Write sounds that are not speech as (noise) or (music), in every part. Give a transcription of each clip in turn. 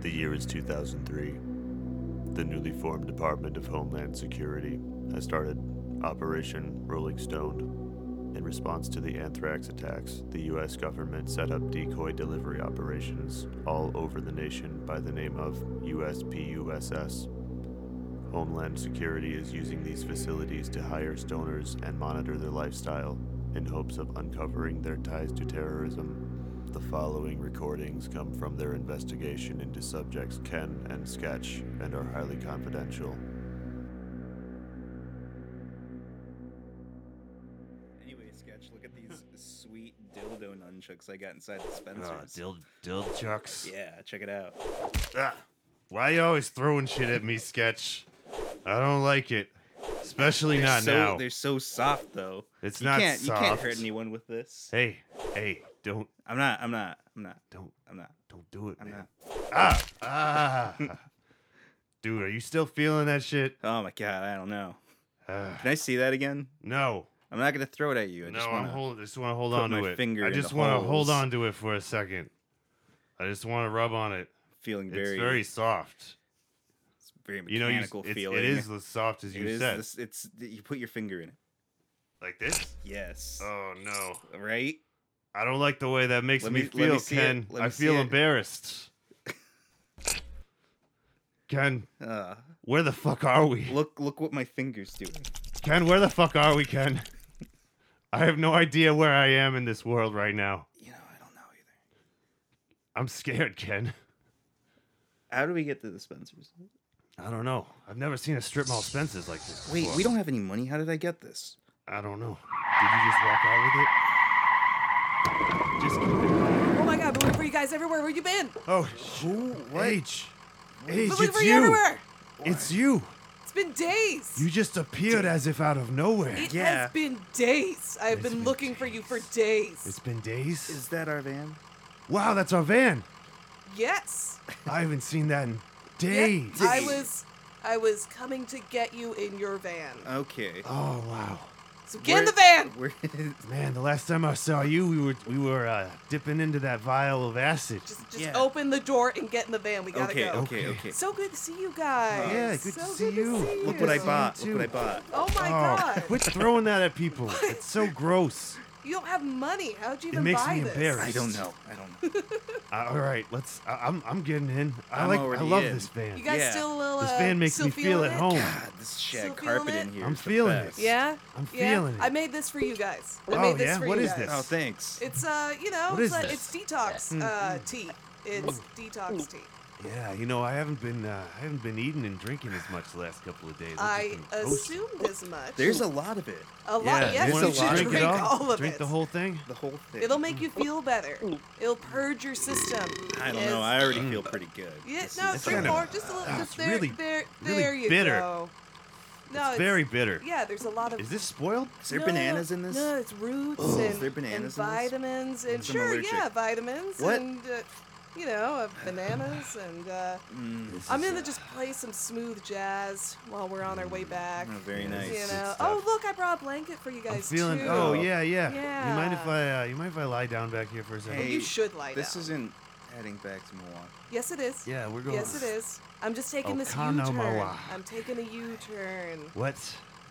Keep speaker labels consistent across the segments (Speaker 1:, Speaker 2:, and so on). Speaker 1: The year is 2003. The newly formed Department of Homeland Security has started Operation Rolling Stone. In response to the anthrax attacks, the U.S. government set up decoy delivery operations all over the nation by the name of USPUSS. Homeland Security is using these facilities to hire stoners and monitor their lifestyle in hopes of uncovering their ties to terrorism. The following recordings come from their investigation into subjects Ken and Sketch and are highly confidential.
Speaker 2: Anyway, sketch. Look at these sweet dildo nunchucks I got inside the
Speaker 3: Uh,
Speaker 2: Spencer's.
Speaker 4: Oh, dill dill chucks.
Speaker 2: yeah, check it out.
Speaker 4: Ah,
Speaker 3: Why you always throwing shit at me, Sketch? I don't like it. Especially
Speaker 2: They're
Speaker 3: not
Speaker 2: so,
Speaker 3: now.
Speaker 2: They're so soft though.
Speaker 3: It's
Speaker 2: you
Speaker 3: not
Speaker 2: can't, You can't hurt
Speaker 3: soft.
Speaker 2: anyone with this.
Speaker 3: Hey, hey, don't,
Speaker 2: I'm not. I'm not. I'm not.
Speaker 3: don't,
Speaker 2: I'm not.
Speaker 3: don't do it,
Speaker 2: I'm
Speaker 3: man.
Speaker 2: not.
Speaker 3: Ah, ah. (laughs) Dude, are you still feeling that shit?
Speaker 2: Oh my god, I don't know.
Speaker 3: Ah,
Speaker 2: Can I see that again?
Speaker 3: no,
Speaker 2: I'm not gonna throw it at you. I
Speaker 3: no,
Speaker 2: just
Speaker 3: I'm
Speaker 2: wanna...
Speaker 3: hold, just want to hold
Speaker 2: put
Speaker 3: on to
Speaker 2: my
Speaker 3: it.
Speaker 2: finger
Speaker 3: I
Speaker 2: in the
Speaker 3: just want to
Speaker 2: holes.
Speaker 3: hold on to it for a second. I just want to rub on it.
Speaker 2: feeling
Speaker 3: it's
Speaker 2: very,
Speaker 3: very soft.
Speaker 2: it's very
Speaker 3: You know, you, s-
Speaker 2: mechanical
Speaker 3: it's,
Speaker 2: feeling.
Speaker 3: it is as soft as
Speaker 2: It
Speaker 3: you
Speaker 2: is
Speaker 3: said.
Speaker 2: this- it's you put your finger in it.
Speaker 3: Like this?
Speaker 2: Yes.
Speaker 3: Oh no,
Speaker 2: Right.
Speaker 3: I don't like the way that makes
Speaker 2: Let
Speaker 3: me,
Speaker 2: me- let me
Speaker 3: feel,
Speaker 2: see it.
Speaker 3: Ken.
Speaker 2: Let
Speaker 3: I
Speaker 2: me see
Speaker 3: feel
Speaker 2: it.
Speaker 3: (laughs) embarrassed. Ken,
Speaker 2: Uh,
Speaker 3: where the fuck are we?
Speaker 2: look, look what my fingers doing.
Speaker 3: Ken, where the fuck are we, Ken? I have no idea where I am in this world right now.
Speaker 2: You know, I don't know either.
Speaker 3: I'm scared, Ken.
Speaker 2: How do we get to the Spencers?
Speaker 3: I don't know. I've never seen a strip mall Spencer's like this.
Speaker 2: Wait,
Speaker 3: before.
Speaker 2: we don't have any money. How did I get this?
Speaker 3: I don't know. Did you just walk out with it? Just keep it.
Speaker 5: Oh my god, we're looking for you guys everywhere. Where you been?
Speaker 3: Oh, who? H. H,
Speaker 5: We're looking
Speaker 3: it's
Speaker 5: for you,
Speaker 3: you.
Speaker 5: everywhere.
Speaker 3: It's you.
Speaker 5: It's been days.
Speaker 3: You just appeared as if out of nowhere.
Speaker 5: it
Speaker 2: Yeah.
Speaker 5: has been days. I've
Speaker 3: It's
Speaker 5: been,
Speaker 3: been
Speaker 5: looking for you for days.
Speaker 3: It's been days.
Speaker 2: Is that our van?
Speaker 3: Wow, that's our van.
Speaker 5: yes.
Speaker 3: I haven't seen that in
Speaker 5: Yep,
Speaker 3: days.
Speaker 5: I was I was coming to get you in your van.
Speaker 2: Okay.
Speaker 3: Oh wow,
Speaker 5: So get
Speaker 2: Where-
Speaker 5: in the van.
Speaker 2: (laughs) Where is?
Speaker 3: man! The last time I saw you, we were we were uh, dipping into that vial of acid.
Speaker 5: Just just
Speaker 2: Yeah.
Speaker 5: open the door and get in the van. We gotta
Speaker 2: Okay,
Speaker 5: go.
Speaker 2: okay,
Speaker 3: Okay.
Speaker 2: okay.
Speaker 5: So good to see you guys.
Speaker 3: Yeah, good to
Speaker 5: so
Speaker 3: see
Speaker 5: good
Speaker 3: you.
Speaker 5: To see
Speaker 2: Look what I
Speaker 5: you.
Speaker 2: bought.
Speaker 3: You
Speaker 2: Look what I bought.
Speaker 5: Oh my
Speaker 3: oh,
Speaker 5: god.
Speaker 3: (laughs) quit throwing that at
Speaker 5: (laughs)
Speaker 3: people. It's so gross.
Speaker 5: You don't have money. How'd you
Speaker 3: It
Speaker 5: even
Speaker 3: makes
Speaker 5: buy
Speaker 3: me
Speaker 5: this?
Speaker 3: embarrassed.
Speaker 2: I don't know. I
Speaker 5: (laughs)
Speaker 2: don't know.
Speaker 3: Uh, all right, let's. I, I'm I'm getting in. I
Speaker 2: I'm
Speaker 3: like. I
Speaker 2: already
Speaker 3: love
Speaker 2: in.
Speaker 3: this van.
Speaker 5: You guys
Speaker 2: Yeah.
Speaker 5: still a little
Speaker 3: this
Speaker 5: uh,
Speaker 3: van makes
Speaker 5: still
Speaker 3: me feel
Speaker 5: feeling
Speaker 3: at
Speaker 5: it?
Speaker 3: home.
Speaker 2: God, this shag
Speaker 5: Still
Speaker 2: carpet
Speaker 5: feeling
Speaker 2: in
Speaker 5: it?
Speaker 2: here.
Speaker 3: I'm
Speaker 2: is the
Speaker 3: feeling
Speaker 2: best.
Speaker 3: it.
Speaker 5: Yeah.
Speaker 3: I'm
Speaker 5: yeah.
Speaker 3: feeling it.
Speaker 5: I made this for you guys. I
Speaker 3: Oh,
Speaker 5: made this
Speaker 3: yeah?
Speaker 5: for
Speaker 3: What
Speaker 5: you
Speaker 3: is
Speaker 5: guys.
Speaker 3: this?
Speaker 2: Oh, thanks.
Speaker 5: It's uh, you know,
Speaker 3: What is
Speaker 5: it's, uh,
Speaker 3: this? Mm.
Speaker 5: it's detox uh, tea. It's detox tea.
Speaker 3: Yeah, you know I haven't been uh, I haven't been eating and drinking as much the last couple of days.
Speaker 5: I
Speaker 3: I've just been toasted.
Speaker 5: assumed as much.
Speaker 2: There's a lot of it.
Speaker 5: a lot.
Speaker 3: Yeah,
Speaker 5: yes,
Speaker 3: you
Speaker 2: there's
Speaker 5: you
Speaker 2: a
Speaker 3: want to
Speaker 2: lot.
Speaker 5: should
Speaker 3: drink,
Speaker 5: drink
Speaker 3: it all?
Speaker 5: all of
Speaker 3: drink
Speaker 5: it.
Speaker 3: the whole thing. Mm.
Speaker 2: The whole thing.
Speaker 5: It'll make you feel better. It'll purge your system.
Speaker 2: I don't
Speaker 5: Yes.
Speaker 2: know. I already feel pretty good.
Speaker 5: Yeah,
Speaker 2: This
Speaker 5: no,
Speaker 2: is-
Speaker 5: drink
Speaker 3: kind of-
Speaker 5: more. Just a little.
Speaker 3: ah,
Speaker 5: just
Speaker 3: it's
Speaker 5: there,
Speaker 3: really-
Speaker 5: there,
Speaker 3: really
Speaker 5: there you
Speaker 3: bitter.
Speaker 5: go. No,
Speaker 3: it's very bitter.
Speaker 5: Yeah, there's a lot of.
Speaker 3: Is this spoiled?
Speaker 2: Is there
Speaker 5: No, no,
Speaker 2: bananas
Speaker 5: no,
Speaker 2: in this?
Speaker 5: No, it's roots
Speaker 2: Ugh.
Speaker 5: and,
Speaker 2: Is there
Speaker 5: and
Speaker 2: bananas in this?
Speaker 5: vitamins and
Speaker 2: I'm
Speaker 5: sure,
Speaker 2: allergic.
Speaker 5: yeah, vitamins
Speaker 2: What?
Speaker 5: and uh, you know, uh,
Speaker 2: (sighs)
Speaker 5: bananas and uh,
Speaker 2: Mm,
Speaker 5: I'm gonna just play some smooth jazz while we're on our way back.
Speaker 2: oh, very
Speaker 3: Yeah,
Speaker 2: nice.
Speaker 5: You
Speaker 3: Good
Speaker 5: know.
Speaker 3: stuff.
Speaker 5: Oh, look, I brought a blanket for you guys
Speaker 3: I'm feeling.
Speaker 5: too.
Speaker 3: Oh yeah, yeah, You mind if
Speaker 5: Yeah.
Speaker 3: I? Uh, you mind if I lie down back here for a second?
Speaker 2: Hey.
Speaker 5: Oh, You should lie
Speaker 2: This
Speaker 5: down.
Speaker 2: isn't heading back to Milwaukee.
Speaker 5: Yes, it is.
Speaker 3: Yeah, we're going.
Speaker 5: Yes, it is. I'm just taking this U-turn.
Speaker 3: Oconomowoc.
Speaker 5: I'm taking a U-turn.
Speaker 3: What?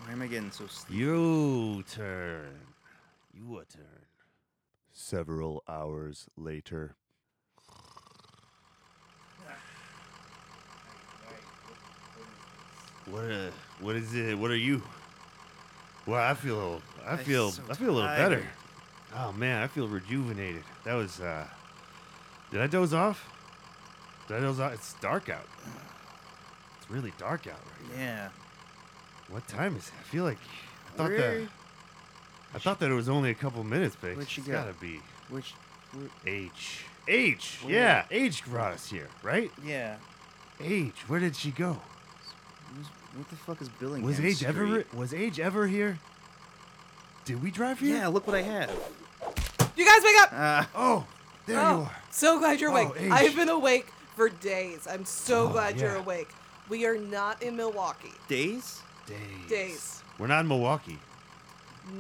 Speaker 2: Why am I getting so sleepy?
Speaker 3: Your turn. Your turn.
Speaker 1: Several hours later.
Speaker 3: What? Uh, what is it? What are you? Well, I feel. I
Speaker 2: I'm
Speaker 3: feel.
Speaker 2: so
Speaker 3: I feel a little
Speaker 2: tired.
Speaker 3: better. Oh man, I feel rejuvenated. That was. uh Did I doze off? Did I doze off? It's dark out. It's really dark out right now.
Speaker 2: Yeah.
Speaker 3: What time is it? I feel like I thought
Speaker 2: Where-
Speaker 3: that I thought that it was only a couple minutes, but
Speaker 2: Where'd
Speaker 3: it's
Speaker 2: she go?
Speaker 3: gotta be
Speaker 2: Which, where,
Speaker 3: H. H.
Speaker 2: Where?
Speaker 3: Yeah, H brought us here, right?
Speaker 2: yeah.
Speaker 3: H. Where did she go?
Speaker 2: Who's- What the fuck is Billingham
Speaker 3: Was H
Speaker 2: Street?
Speaker 3: ever? Was H ever here? Did we drive here?
Speaker 2: Yeah, look what I have.
Speaker 5: You guys wake up!
Speaker 2: Uh,
Speaker 3: Oh, there
Speaker 5: oh,
Speaker 3: you are.
Speaker 5: so glad you're awake.
Speaker 3: Oh, H.
Speaker 5: I've been awake for days. I'm so
Speaker 3: Oh,
Speaker 5: glad you're
Speaker 3: yeah.
Speaker 5: awake. We are not in Milwaukee.
Speaker 2: days?
Speaker 3: Days.
Speaker 5: Days.
Speaker 3: We're not in Milwaukee.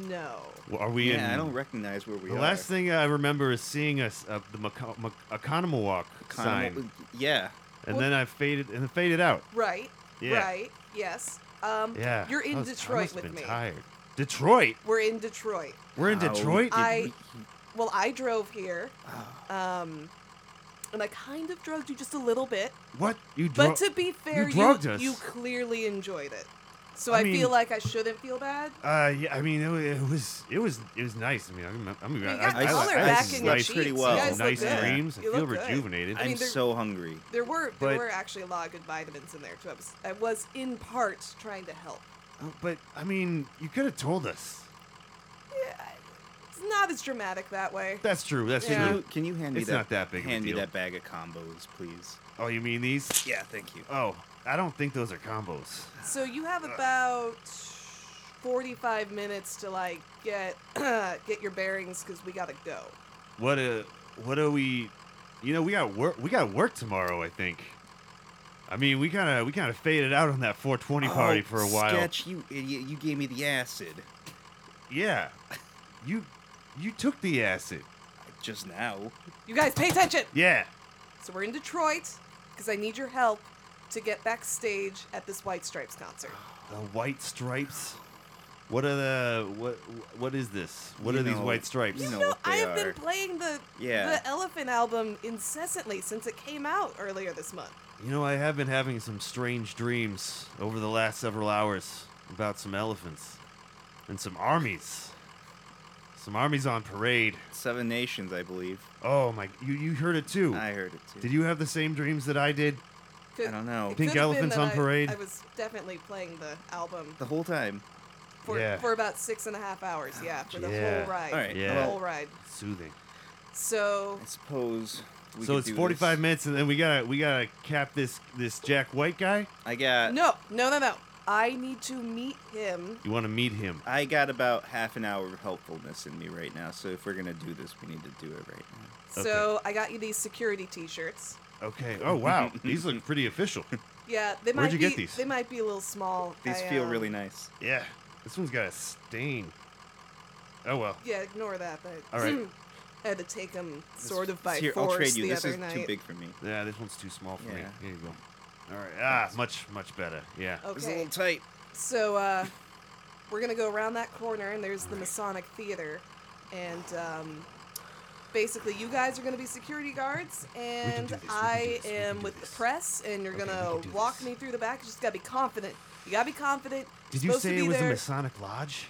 Speaker 5: No.
Speaker 3: Well, Are we in?
Speaker 2: yeah, I don't recognize where we
Speaker 3: the
Speaker 2: are.
Speaker 3: last thing I remember is seeing us uh, the Mac- Mac- Economowalk
Speaker 2: Kind
Speaker 3: sign.
Speaker 2: of- Yeah.
Speaker 3: and
Speaker 5: Well-
Speaker 3: then I faded and faded out.
Speaker 5: Right.
Speaker 3: Yeah.
Speaker 5: Right. Yes. Um,
Speaker 3: Yeah,
Speaker 5: You're
Speaker 3: I
Speaker 5: in
Speaker 3: was- I
Speaker 5: Detroit
Speaker 3: must've
Speaker 5: with
Speaker 3: been
Speaker 5: me.
Speaker 3: Tired. Detroit.
Speaker 5: We're in Detroit.
Speaker 3: We're in
Speaker 2: Ow.
Speaker 3: Detroit.
Speaker 5: I, well, I drove here,
Speaker 2: oh,
Speaker 5: um, and I kind of drugged you just a little bit.
Speaker 3: what you
Speaker 5: But
Speaker 3: drove?
Speaker 5: to be fair, you,
Speaker 3: drugged
Speaker 5: you,
Speaker 3: us.
Speaker 5: clearly enjoyed it. So
Speaker 3: I
Speaker 5: I,
Speaker 3: mean-
Speaker 5: feel like I shouldn't feel bad.
Speaker 3: uh, yeah, I mean, it, wa- it was, it was, it was nice. I mean, I'm, I'm,
Speaker 5: You
Speaker 3: I,
Speaker 5: got
Speaker 3: I, I,
Speaker 5: color
Speaker 3: I,
Speaker 5: back
Speaker 3: had
Speaker 5: in
Speaker 3: some
Speaker 5: your
Speaker 3: nice,
Speaker 5: cheeks.
Speaker 2: pretty
Speaker 5: You
Speaker 2: well.
Speaker 5: guys
Speaker 3: nice
Speaker 5: look good.
Speaker 3: dreams. I
Speaker 5: You
Speaker 3: feel
Speaker 5: look good.
Speaker 3: rejuvenated.
Speaker 5: I
Speaker 2: I'm
Speaker 5: mean, they're-
Speaker 2: so hungry.
Speaker 5: There were there
Speaker 3: But-
Speaker 5: were actually a lot of good vitamins in there too. I was, I was in part trying to help.
Speaker 3: Oh, But I mean, you could have told us.
Speaker 5: Yeah, I- it's not as dramatic that way.
Speaker 3: That's true. That's
Speaker 5: Yeah.
Speaker 2: Can
Speaker 3: true.
Speaker 2: you, can you hand me
Speaker 3: It's
Speaker 2: that?
Speaker 3: not that big of a
Speaker 2: Hand me
Speaker 3: deal.
Speaker 2: that bag of combos, please.
Speaker 3: Oh, you mean these?
Speaker 2: Yeah, thank you.
Speaker 3: Oh, I don't think those are combos.
Speaker 5: So you have about 45 minutes to like get (clears throat) get your bearings because we gotta go.
Speaker 3: What a, what are we? You know, we got work. We got work tomorrow. I think. I mean, we kind of, we kind of faded out on that 420 party
Speaker 2: Oh,
Speaker 3: for a while.
Speaker 2: Sketch, you idiot! You gave me the acid
Speaker 3: Yeah, you, you took the acid.
Speaker 2: just now.
Speaker 5: You guys pay attention.
Speaker 3: Yeah.
Speaker 5: So we're in Detroit because I need your help to get backstage at this White Stripes concert.
Speaker 3: The white stripes. What are the what? What is this? What
Speaker 2: You
Speaker 3: are these
Speaker 2: know-
Speaker 3: white stripes?
Speaker 2: you know
Speaker 5: No,
Speaker 2: what they
Speaker 5: I have
Speaker 2: are.
Speaker 5: been playing the
Speaker 2: Yeah.
Speaker 5: the Elephant album incessantly since it came out earlier this month.
Speaker 3: You know, I have been having some strange dreams over the last several hours about some elephants and some armies. Some armies on parade.
Speaker 2: Seven Nations, I believe.
Speaker 3: Oh my! You you heard it too.
Speaker 2: I heard it too.
Speaker 3: Did you have the same dreams that I did?
Speaker 5: Could-
Speaker 2: I don't know.
Speaker 5: it
Speaker 3: Pink
Speaker 5: could have been
Speaker 3: Elephants
Speaker 5: that
Speaker 3: on
Speaker 5: I-
Speaker 3: Parade?
Speaker 5: I was definitely playing the album
Speaker 2: The whole time.
Speaker 5: for,
Speaker 3: Yeah.
Speaker 5: for about six and a half hours. Yeah, for the
Speaker 3: Yeah.
Speaker 5: whole ride.
Speaker 2: All right,
Speaker 3: Yeah.
Speaker 5: The
Speaker 3: well-
Speaker 5: whole ride.
Speaker 3: Soothing.
Speaker 5: So
Speaker 2: I suppose. We
Speaker 3: so
Speaker 2: could
Speaker 3: it's
Speaker 2: do
Speaker 3: 45
Speaker 2: this.
Speaker 3: minutes, and then we gotta we gotta cap this this Jack White guy.
Speaker 2: I got.
Speaker 5: no, no, no, no. I need to meet him.
Speaker 3: You want to meet him?
Speaker 2: I got about half an hour of helpfulness in me right now. So if we're gonna do this, we need to do it right now.
Speaker 5: So I got you these security T-shirts.
Speaker 3: Okay. Oh wow, (laughs) these look pretty official.
Speaker 5: Yeah, they might
Speaker 3: Where'd you
Speaker 5: be
Speaker 3: get these?
Speaker 5: they might be a little small.
Speaker 2: These
Speaker 5: I,
Speaker 2: feel
Speaker 5: um,
Speaker 2: really nice.
Speaker 3: (laughs) Yeah. This one's got a stain. Oh well.
Speaker 5: Yeah, ignore that. But
Speaker 3: All
Speaker 5: (clears throat)
Speaker 3: right.
Speaker 5: I had to take them sort of by
Speaker 2: Here,
Speaker 5: force
Speaker 2: I'll trade you.
Speaker 5: the
Speaker 2: this
Speaker 5: other
Speaker 2: is
Speaker 5: night.
Speaker 2: too big for me.
Speaker 3: Yeah, this one's too small for me.
Speaker 2: Yeah.
Speaker 3: Here you go. All right. Ah, much much better. Yeah.
Speaker 2: It's a
Speaker 5: Okay,
Speaker 2: little tight.
Speaker 5: so uh, we're gonna go around that corner, and there's the Masonic Theater, and um, basically you guys are gonna be security guards, and
Speaker 3: this, we can do
Speaker 5: I
Speaker 3: this, we can
Speaker 5: am
Speaker 3: do
Speaker 5: with the
Speaker 3: this.
Speaker 5: press, and you're
Speaker 3: Okay, we can
Speaker 5: gonna
Speaker 3: do
Speaker 5: walk
Speaker 3: this.
Speaker 5: me through the back. You just gotta be confident. You gotta be confident.
Speaker 3: Did
Speaker 5: You're
Speaker 3: you
Speaker 5: supposed to
Speaker 3: say
Speaker 5: be
Speaker 3: it was a
Speaker 5: there-
Speaker 3: Masonic lodge?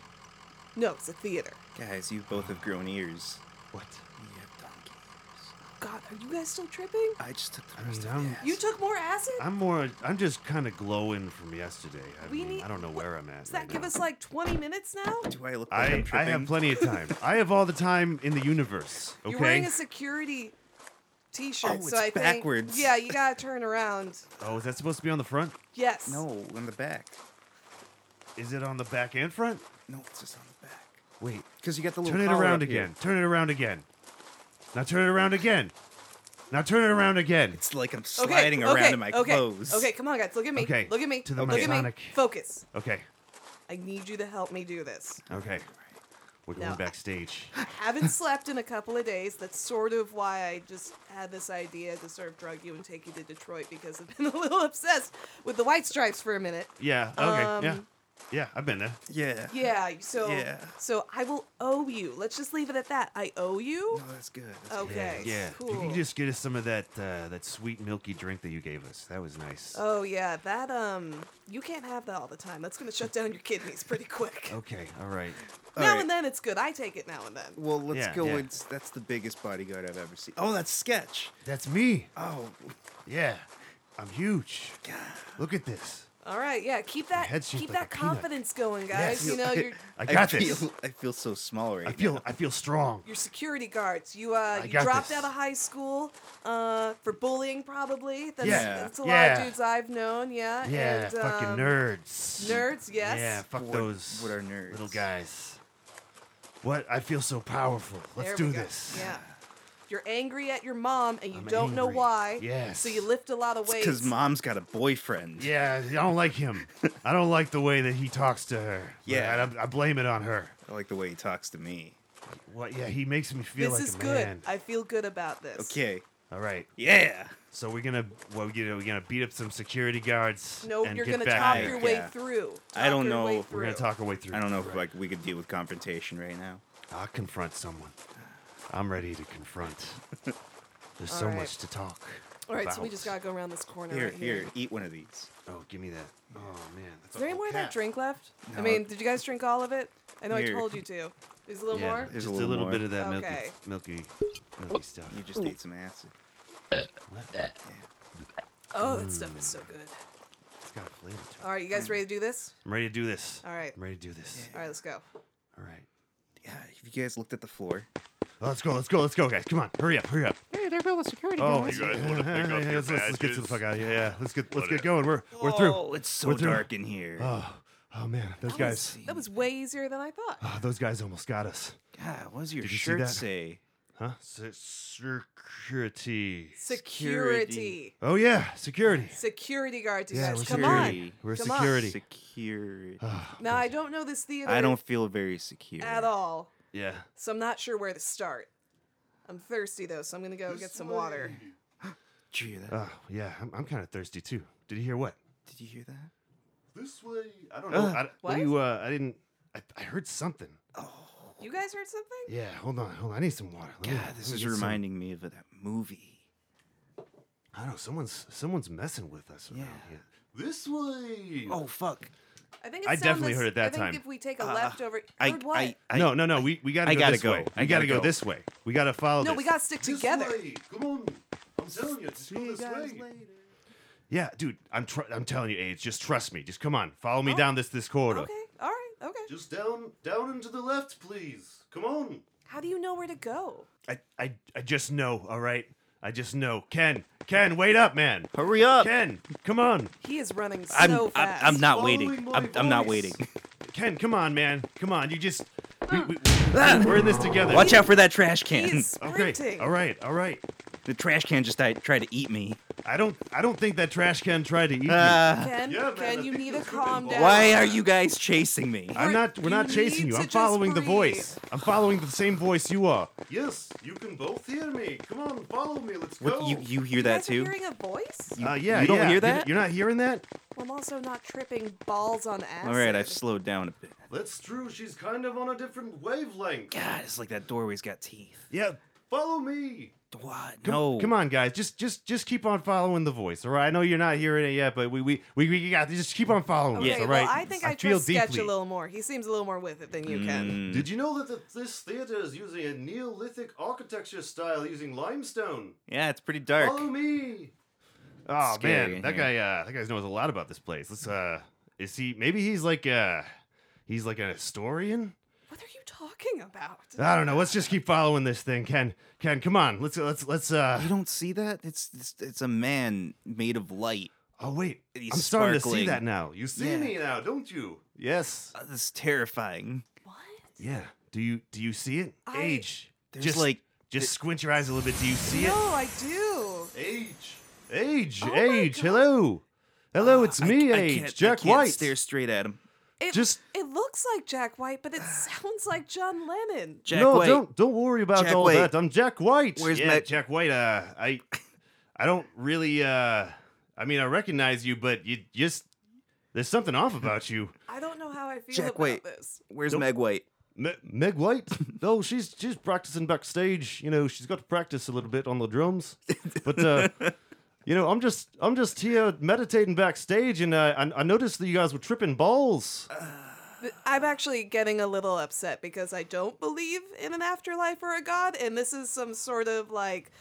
Speaker 5: No, it's a theater.
Speaker 2: Guys, you both have grown ears.
Speaker 3: What?
Speaker 2: You have donkey ears.
Speaker 5: God, are you guys still tripping?
Speaker 2: I just took the
Speaker 3: I
Speaker 2: rest
Speaker 3: mean,
Speaker 2: of
Speaker 3: I'm-
Speaker 2: the acid.
Speaker 5: You took more acid?
Speaker 3: I'm more. I'm just kind of glowing from yesterday. I
Speaker 5: We
Speaker 3: mean,
Speaker 5: need-
Speaker 3: I don't know
Speaker 5: what-
Speaker 3: where I'm at.
Speaker 5: Does that
Speaker 3: right
Speaker 5: give
Speaker 3: now.
Speaker 5: us like 20 minutes now?
Speaker 2: Do I look like
Speaker 3: I,
Speaker 2: am
Speaker 3: I
Speaker 2: tripping?
Speaker 3: have plenty of time. I have all the time in
Speaker 2: (laughs)
Speaker 3: the universe. Okay.
Speaker 5: You're wearing a security t-shirt,
Speaker 2: Oh,
Speaker 5: so
Speaker 2: it's
Speaker 5: I think
Speaker 2: backwards.
Speaker 5: Yeah, you gotta turn around.
Speaker 3: oh, is that supposed to be on the front?
Speaker 5: Yes.
Speaker 2: No, on the back.
Speaker 3: Is it on the back and front?
Speaker 2: No, it's just on the back.
Speaker 3: Wait.
Speaker 2: Because you got the little
Speaker 3: Turn it
Speaker 2: collar
Speaker 3: around
Speaker 2: up here.
Speaker 3: again. Turn it around again. Now turn it around again. Now turn it around again.
Speaker 2: It's like I'm
Speaker 5: Okay,
Speaker 2: sliding
Speaker 5: okay,
Speaker 2: around in my
Speaker 5: okay,
Speaker 2: clothes.
Speaker 5: Okay, come on guys, look at me.
Speaker 3: Okay,
Speaker 5: Look at me.
Speaker 3: to the
Speaker 5: look at
Speaker 3: Masonic.
Speaker 5: me. Focus.
Speaker 3: Okay.
Speaker 5: I need you to help me do this.
Speaker 3: Okay. We're going
Speaker 5: Now, I-
Speaker 3: backstage.
Speaker 5: I
Speaker 3: (laughs)
Speaker 5: haven't slept in a couple of days. That's sort of why I just had this idea to sort of drug you and take you to Detroit because I've been (laughs) a little obsessed with the white stripes for a minute.
Speaker 2: (laughs)
Speaker 3: Yeah. Okay. yeah.
Speaker 5: Um,
Speaker 3: Yeah. I've been there.
Speaker 2: Yeah.
Speaker 5: Yeah, so
Speaker 2: Yeah.
Speaker 5: so I will owe you. Let's just leave it at that. I owe you.
Speaker 2: No, that's good. That's good.
Speaker 5: Okay.
Speaker 3: Yeah.
Speaker 5: Cool.
Speaker 3: If you could just get us some of that uh, that sweet milky drink that you gave us, that was nice.
Speaker 5: Oh yeah, that um, you can't have that all the time. That's gonna shut down your kidneys pretty quick.
Speaker 2: Oh.
Speaker 3: Okay. All right.
Speaker 2: All
Speaker 5: now
Speaker 2: right.
Speaker 5: and then it's good. I take it now and then.
Speaker 2: Well, let's
Speaker 3: Yeah,
Speaker 2: go.
Speaker 3: yeah.
Speaker 2: It's, that's the biggest bodyguard I've ever seen. Oh, that's Sketch.
Speaker 3: That's me.
Speaker 2: Oh,
Speaker 3: Yeah. I'm huge.
Speaker 2: God.
Speaker 3: Look at this.
Speaker 5: All right, yeah, keep that
Speaker 3: head's shaped
Speaker 5: keep
Speaker 3: like
Speaker 5: that
Speaker 3: a peanut.
Speaker 5: confidence going,
Speaker 2: Yes.
Speaker 5: guys.
Speaker 3: (laughs)
Speaker 5: you know, you're
Speaker 3: I got
Speaker 2: feel,
Speaker 3: this.
Speaker 2: (laughs) I feel so small right
Speaker 3: I feel
Speaker 2: now.
Speaker 3: I feel strong.
Speaker 5: your security guards. You uh,
Speaker 3: I
Speaker 5: you
Speaker 3: got
Speaker 5: dropped
Speaker 3: this.
Speaker 5: out of high school uh for bullying probably. That's
Speaker 3: Yeah.
Speaker 5: that's a lot
Speaker 3: Yeah.
Speaker 5: of dudes I've known. Yeah.
Speaker 3: Yeah.
Speaker 5: and,
Speaker 3: fucking
Speaker 5: um,
Speaker 3: nerds.
Speaker 5: Nerds, yes.
Speaker 3: Yeah. (laughs) Fuck
Speaker 2: What-
Speaker 3: those.
Speaker 2: what are nerds?
Speaker 3: Little guys. What? I feel so powerful. Let's
Speaker 5: There
Speaker 3: do
Speaker 5: we go.
Speaker 3: this.
Speaker 5: Yeah. You're angry at your mom and you
Speaker 3: I'm
Speaker 5: don't know
Speaker 3: angry.
Speaker 5: why.
Speaker 3: Yes.
Speaker 5: So you lift a lot of weights.
Speaker 2: Because mom's got a boyfriend.
Speaker 3: Yeah, I don't like him. I don't like the way that he talks to her. But
Speaker 2: Yeah.
Speaker 3: I, I blame it on her.
Speaker 2: I like the way he talks to me.
Speaker 3: What? Yeah, he makes me feel
Speaker 5: this
Speaker 3: like
Speaker 5: is
Speaker 3: a
Speaker 5: good.
Speaker 3: man.
Speaker 5: I feel good about this.
Speaker 2: Okay.
Speaker 3: All right.
Speaker 2: Yeah.
Speaker 3: So we're gonna what we gonna we're gonna beat up some security guards.
Speaker 5: No,
Speaker 3: and
Speaker 5: you're
Speaker 3: get
Speaker 5: gonna
Speaker 3: back
Speaker 5: talk
Speaker 3: there.
Speaker 5: your way
Speaker 2: Yeah.
Speaker 5: through.
Speaker 2: I
Speaker 5: Talk
Speaker 2: don't
Speaker 5: your
Speaker 2: know
Speaker 5: way
Speaker 2: if
Speaker 3: We're gonna
Speaker 5: through.
Speaker 3: talk our way through.
Speaker 2: I don't know if
Speaker 3: Right.
Speaker 2: like we could deal with confrontation right now.
Speaker 3: I'll confront someone. I'm ready to confront.
Speaker 5: (laughs)
Speaker 3: There's
Speaker 5: All
Speaker 3: so
Speaker 5: right.
Speaker 3: much to talk.
Speaker 5: All right, so we
Speaker 3: about.
Speaker 5: just gotta go around this corner
Speaker 2: Here,
Speaker 5: right here.
Speaker 2: here, eat one of these.
Speaker 3: Oh, give me that. Oh man, that's
Speaker 5: Is there
Speaker 3: a
Speaker 5: any
Speaker 3: whole
Speaker 5: more of that
Speaker 3: cat.
Speaker 5: drink left? I
Speaker 2: No.
Speaker 5: mean, did you guys drink all of it? I know
Speaker 2: Here.
Speaker 5: I told you to. There's a little
Speaker 3: Yeah,
Speaker 5: more.
Speaker 2: There's
Speaker 3: just
Speaker 2: a
Speaker 3: a
Speaker 2: little
Speaker 3: little,
Speaker 2: more.
Speaker 3: bit of that
Speaker 5: Okay.
Speaker 3: milky, milky, milky stuff.
Speaker 2: You just ate some acid.
Speaker 5: Oh, that stuff is so good.
Speaker 3: It's got flavor to it.
Speaker 5: All right, you guys ready to do this?
Speaker 3: I'm ready to do this.
Speaker 5: All right.
Speaker 3: I'm ready to do this.
Speaker 5: All right, let's go.
Speaker 3: All right.
Speaker 2: Yeah, if you guys looked at the floor.
Speaker 3: Well, let's go. Let's go. Let's go, guys. Come on. Hurry up. Hurry up.
Speaker 6: Hey, they're building security.
Speaker 3: Oh,
Speaker 6: guys.
Speaker 1: You guys wanna pick up your
Speaker 3: let's, let's get to the
Speaker 1: badges?
Speaker 3: fuck out of here. Yeah, let's get let's
Speaker 1: What
Speaker 3: get
Speaker 1: a-
Speaker 3: going. We're we're through.
Speaker 2: Oh, it's so
Speaker 3: We're through.
Speaker 2: dark in here.
Speaker 3: Oh, oh man, those
Speaker 5: That was-
Speaker 3: guys,
Speaker 5: that was way easier than I thought.
Speaker 3: oh, those guys almost got us.
Speaker 2: God, what does your
Speaker 3: Did you see
Speaker 2: shirt
Speaker 3: that?
Speaker 2: say?
Speaker 3: Huh? Se- Security.
Speaker 5: Security.
Speaker 3: Oh yeah, security.
Speaker 5: Security guards, you
Speaker 3: Yeah,
Speaker 5: guys.
Speaker 3: we're
Speaker 5: Come
Speaker 3: security.
Speaker 5: on.
Speaker 3: We're
Speaker 5: Come on.
Speaker 3: security.
Speaker 2: Security.
Speaker 3: Ah,
Speaker 5: Now, I don't know this theater
Speaker 2: I don't feel very secure
Speaker 5: at all,
Speaker 3: yeah.
Speaker 5: so I'm not sure where to start. I'm thirsty, though, so I'm going to go get some water.
Speaker 2: Did you hear that?
Speaker 3: Oh yeah. I'm, I'm kind of thirsty too. Did you hear what?
Speaker 2: Did you hear that?
Speaker 1: This way. I don't
Speaker 3: Oh, I, what?
Speaker 5: What?
Speaker 3: you, uh, I didn't. I, I heard something.
Speaker 5: You guys heard something?
Speaker 3: Yeah. Hold on. Hold on. I need some water. Let me-
Speaker 2: God,
Speaker 3: let
Speaker 2: Oh, this
Speaker 3: me
Speaker 2: is
Speaker 3: get some-
Speaker 2: reminding me of that movie.
Speaker 3: I don't know. Someone's someone's messing with us. around
Speaker 2: Yeah.
Speaker 3: here.
Speaker 1: This way.
Speaker 2: Oh fuck!
Speaker 5: I think it
Speaker 3: I definitely
Speaker 5: sounds-
Speaker 3: heard it that
Speaker 5: I think
Speaker 3: time. Ah,
Speaker 5: if we take a left over,
Speaker 2: I,
Speaker 5: heard what?
Speaker 2: I, I,
Speaker 3: no, no, no. We, we gotta
Speaker 2: I
Speaker 3: go
Speaker 2: gotta
Speaker 3: this
Speaker 2: go.
Speaker 3: way.
Speaker 2: I
Speaker 3: we gotta
Speaker 2: gotta
Speaker 3: go,
Speaker 2: go.
Speaker 3: this way. We gotta follow.
Speaker 5: no,
Speaker 3: this.
Speaker 5: we gotta stick
Speaker 1: This
Speaker 5: together.
Speaker 1: way. Come on. I'm telling you, it's go this way.
Speaker 3: Yeah, dude. I'm tr- I'm telling you, Aids. Just trust me. Just come on. Follow
Speaker 5: Oh.
Speaker 3: me down this this corridor.
Speaker 5: Okay, all right, okay.
Speaker 1: Just down, down and to the left, please. Come on.
Speaker 5: How do you know where to go?
Speaker 3: I, I I just know. All right. I just know. Ken, Ken, wait up, man.
Speaker 2: Hurry up!
Speaker 3: Ken, come on.
Speaker 5: He is running so
Speaker 2: I'm, I'm,
Speaker 5: fast.
Speaker 2: I'm not
Speaker 1: Following
Speaker 2: waiting.
Speaker 1: my
Speaker 2: I'm, I'm not
Speaker 1: voice.
Speaker 2: waiting.
Speaker 3: Ken, come on, man. Come on. You just we, we, we're in this together.
Speaker 2: Watch out for that trash
Speaker 5: He
Speaker 2: can.
Speaker 5: is
Speaker 2: (laughs)
Speaker 3: Okay.
Speaker 5: sprinting.
Speaker 3: All right. All right.
Speaker 2: The trash can just died, tried to eat me.
Speaker 3: I don't I don't think that trash can tried to eat you.
Speaker 2: Uh,
Speaker 5: Ken,
Speaker 1: Yeah, man,
Speaker 5: Ken,
Speaker 1: I
Speaker 5: you
Speaker 1: think
Speaker 5: need to
Speaker 1: this could
Speaker 5: calm
Speaker 1: be
Speaker 5: down.
Speaker 2: why are you guys chasing me?
Speaker 3: I'm not. We're
Speaker 5: You
Speaker 3: not chasing
Speaker 5: need
Speaker 3: you.
Speaker 5: to
Speaker 3: I'm
Speaker 5: just
Speaker 3: following the
Speaker 5: breathe.
Speaker 3: voice. I'm following the same voice you are.
Speaker 1: Yes, you can both hear me. Come on, follow me. Let's
Speaker 2: What,
Speaker 1: go.
Speaker 2: you you hear
Speaker 5: You
Speaker 2: that
Speaker 5: guys
Speaker 2: too?
Speaker 5: Are hearing a voice?
Speaker 3: uh, yeah.
Speaker 2: you don't
Speaker 3: yeah.
Speaker 2: hear
Speaker 3: You-
Speaker 2: that?
Speaker 3: You're not hearing that?
Speaker 5: Well, I'm also not tripping balls on acid.
Speaker 2: All right, I've slowed down a bit.
Speaker 1: That's true. She's kind of on a different wavelength.
Speaker 2: God, it's like that doorway's got teeth.
Speaker 3: Yeah.
Speaker 1: Follow me.
Speaker 2: What?
Speaker 3: Come,
Speaker 2: no.
Speaker 3: Come on, guys. Just just just keep on following the voice. All right. I know you're not hearing it yet, but we we we, we got just keep on following.
Speaker 5: Okay,
Speaker 3: it, all
Speaker 5: well,
Speaker 3: right.
Speaker 5: I think I,
Speaker 3: feel
Speaker 5: trust Sketch
Speaker 3: deeply.
Speaker 5: a little more. He seems a little more with it than you,
Speaker 2: Mm.
Speaker 5: Ken.
Speaker 1: Did you know that the, this theater is using a Neolithic architecture style using limestone?
Speaker 2: Yeah, it's pretty dark.
Speaker 1: Follow me.
Speaker 3: Oh
Speaker 2: Scary
Speaker 3: man,
Speaker 2: in
Speaker 3: that
Speaker 2: here.
Speaker 3: guy. Uh, that guy knows a lot about this place. Let's. Uh, is he? Maybe he's like. Uh, he's like an historian.
Speaker 5: What are you talking about?
Speaker 3: I don't know. Let's just keep following this thing, Ken. Ken, come on. Let's let's let's. uh
Speaker 2: You don't see that? It's it's, it's a man made of light.
Speaker 3: Oh wait,
Speaker 2: He's
Speaker 3: I'm starting to see
Speaker 2: sparkling.
Speaker 3: that now. You
Speaker 1: See
Speaker 3: see?
Speaker 1: me now, don't you?
Speaker 3: Yes.
Speaker 2: Uh, This is terrifying.
Speaker 5: What?
Speaker 3: Yeah. Do you do you see it?
Speaker 5: I-
Speaker 3: Age.
Speaker 2: There's
Speaker 3: just
Speaker 2: like
Speaker 3: just squint your eyes a little bit. Do you see
Speaker 5: No,
Speaker 3: it?
Speaker 5: I do.
Speaker 1: Age.
Speaker 3: Age.
Speaker 5: Oh my
Speaker 3: age.
Speaker 5: God.
Speaker 3: Hello. Hello, it's
Speaker 2: Ah, I-
Speaker 3: me,
Speaker 2: I
Speaker 3: Age.
Speaker 2: can't- I
Speaker 3: Jack
Speaker 2: can't
Speaker 3: White.
Speaker 2: Stare straight at him.
Speaker 5: It,
Speaker 3: Just-
Speaker 5: it looks like Jack White, but it sounds like John Lennon.
Speaker 2: Jack
Speaker 3: no,
Speaker 2: White.
Speaker 3: don't don't worry about
Speaker 2: Jack
Speaker 3: all
Speaker 2: White.
Speaker 3: that. I'm Jack White.
Speaker 2: Where's
Speaker 3: yeah,
Speaker 2: my-
Speaker 3: Jack White. Uh, I I don't really. Uh, I mean, I recognize you, but you just there's something off about you.
Speaker 5: I don't know how I feel
Speaker 2: Jack
Speaker 5: about
Speaker 2: White.
Speaker 5: this.
Speaker 2: Where's
Speaker 3: Nope.
Speaker 2: Meg White?
Speaker 3: Me- Meg White? (laughs) No, she's she's practicing backstage. You know, she's got to practice a little bit on the (laughs) drums. But uh, you know, I'm just I'm just here meditating backstage, and uh, I, I noticed that you guys were tripping balls.
Speaker 5: Th- I'm actually getting a little upset because I don't believe in an afterlife or a god, and this is some sort of like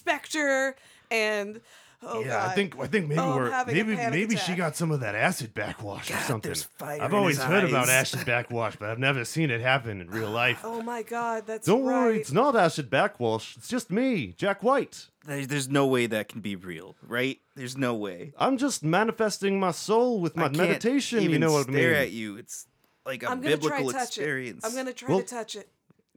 Speaker 5: specter and oh
Speaker 3: yeah,
Speaker 5: god.
Speaker 3: I think I think maybe
Speaker 5: Oh, I'm
Speaker 3: we're
Speaker 5: having a
Speaker 3: maybe
Speaker 5: panic
Speaker 3: maybe she
Speaker 5: attack.
Speaker 3: got some of that acid backwash or something.
Speaker 2: there's fire
Speaker 3: I've
Speaker 2: in
Speaker 3: always
Speaker 2: his
Speaker 3: heard about
Speaker 2: eyes.
Speaker 3: acid backwash, but I've never seen it happen in real life.
Speaker 5: Oh my god, that's
Speaker 3: Don't
Speaker 5: right.
Speaker 3: worry, it's not acid backwash. It's just me, Jack White.
Speaker 2: There- There's no way that can be real, right? There's no way.
Speaker 3: I'm just manifesting my soul with
Speaker 2: I
Speaker 3: my
Speaker 2: can't
Speaker 3: meditation.
Speaker 2: Even
Speaker 3: you know what I
Speaker 2: stare
Speaker 3: mean?
Speaker 2: at you. It's like a
Speaker 5: I'm gonna try
Speaker 2: biblical
Speaker 5: to touch
Speaker 2: experience.
Speaker 5: it. I'm gonna try
Speaker 3: Well-
Speaker 5: to touch it.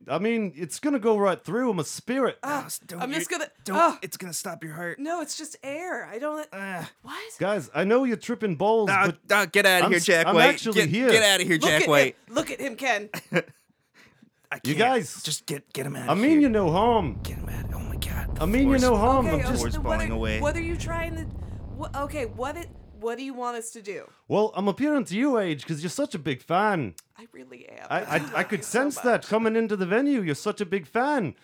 Speaker 3: I mean, it's gonna go right through. I'm a spirit.
Speaker 5: Ah,
Speaker 2: Oh, don't
Speaker 5: I'm
Speaker 2: you-
Speaker 5: just gonna.
Speaker 2: Don't.
Speaker 5: ah,
Speaker 2: It's gonna stop your heart.
Speaker 5: no, it's just air. I don't.
Speaker 3: Uh,
Speaker 2: Ah.
Speaker 5: what?
Speaker 3: Guys, I know you're tripping balls,
Speaker 2: Ah,
Speaker 3: but
Speaker 2: ah, get out of
Speaker 3: I'm
Speaker 2: here,
Speaker 3: s-
Speaker 2: Jack
Speaker 3: I'm
Speaker 2: White.
Speaker 3: actually
Speaker 2: get,
Speaker 3: here.
Speaker 2: Get out of here,
Speaker 5: Look
Speaker 2: Jack
Speaker 5: at
Speaker 2: White.
Speaker 5: Him. Look at
Speaker 3: (laughs)
Speaker 5: him, Ken.
Speaker 2: I
Speaker 3: You
Speaker 2: can't.
Speaker 3: guys-
Speaker 2: just get get him out.
Speaker 3: I mean you no harm.
Speaker 2: get him out. Oh my god,
Speaker 3: I mean you no harm.
Speaker 5: Okay,
Speaker 3: I'm just
Speaker 5: okay, what,
Speaker 2: falling
Speaker 5: are,
Speaker 2: away.
Speaker 5: what are you trying to? What, okay, what it? What do you want us to do?
Speaker 3: well. I'm appealing to you, Age, because you're such a big fan.
Speaker 5: I really am.
Speaker 3: I I, I could
Speaker 5: Ah, Thank you (laughs) so
Speaker 3: sense
Speaker 5: much.
Speaker 3: that coming into the venue. You're such a big fan.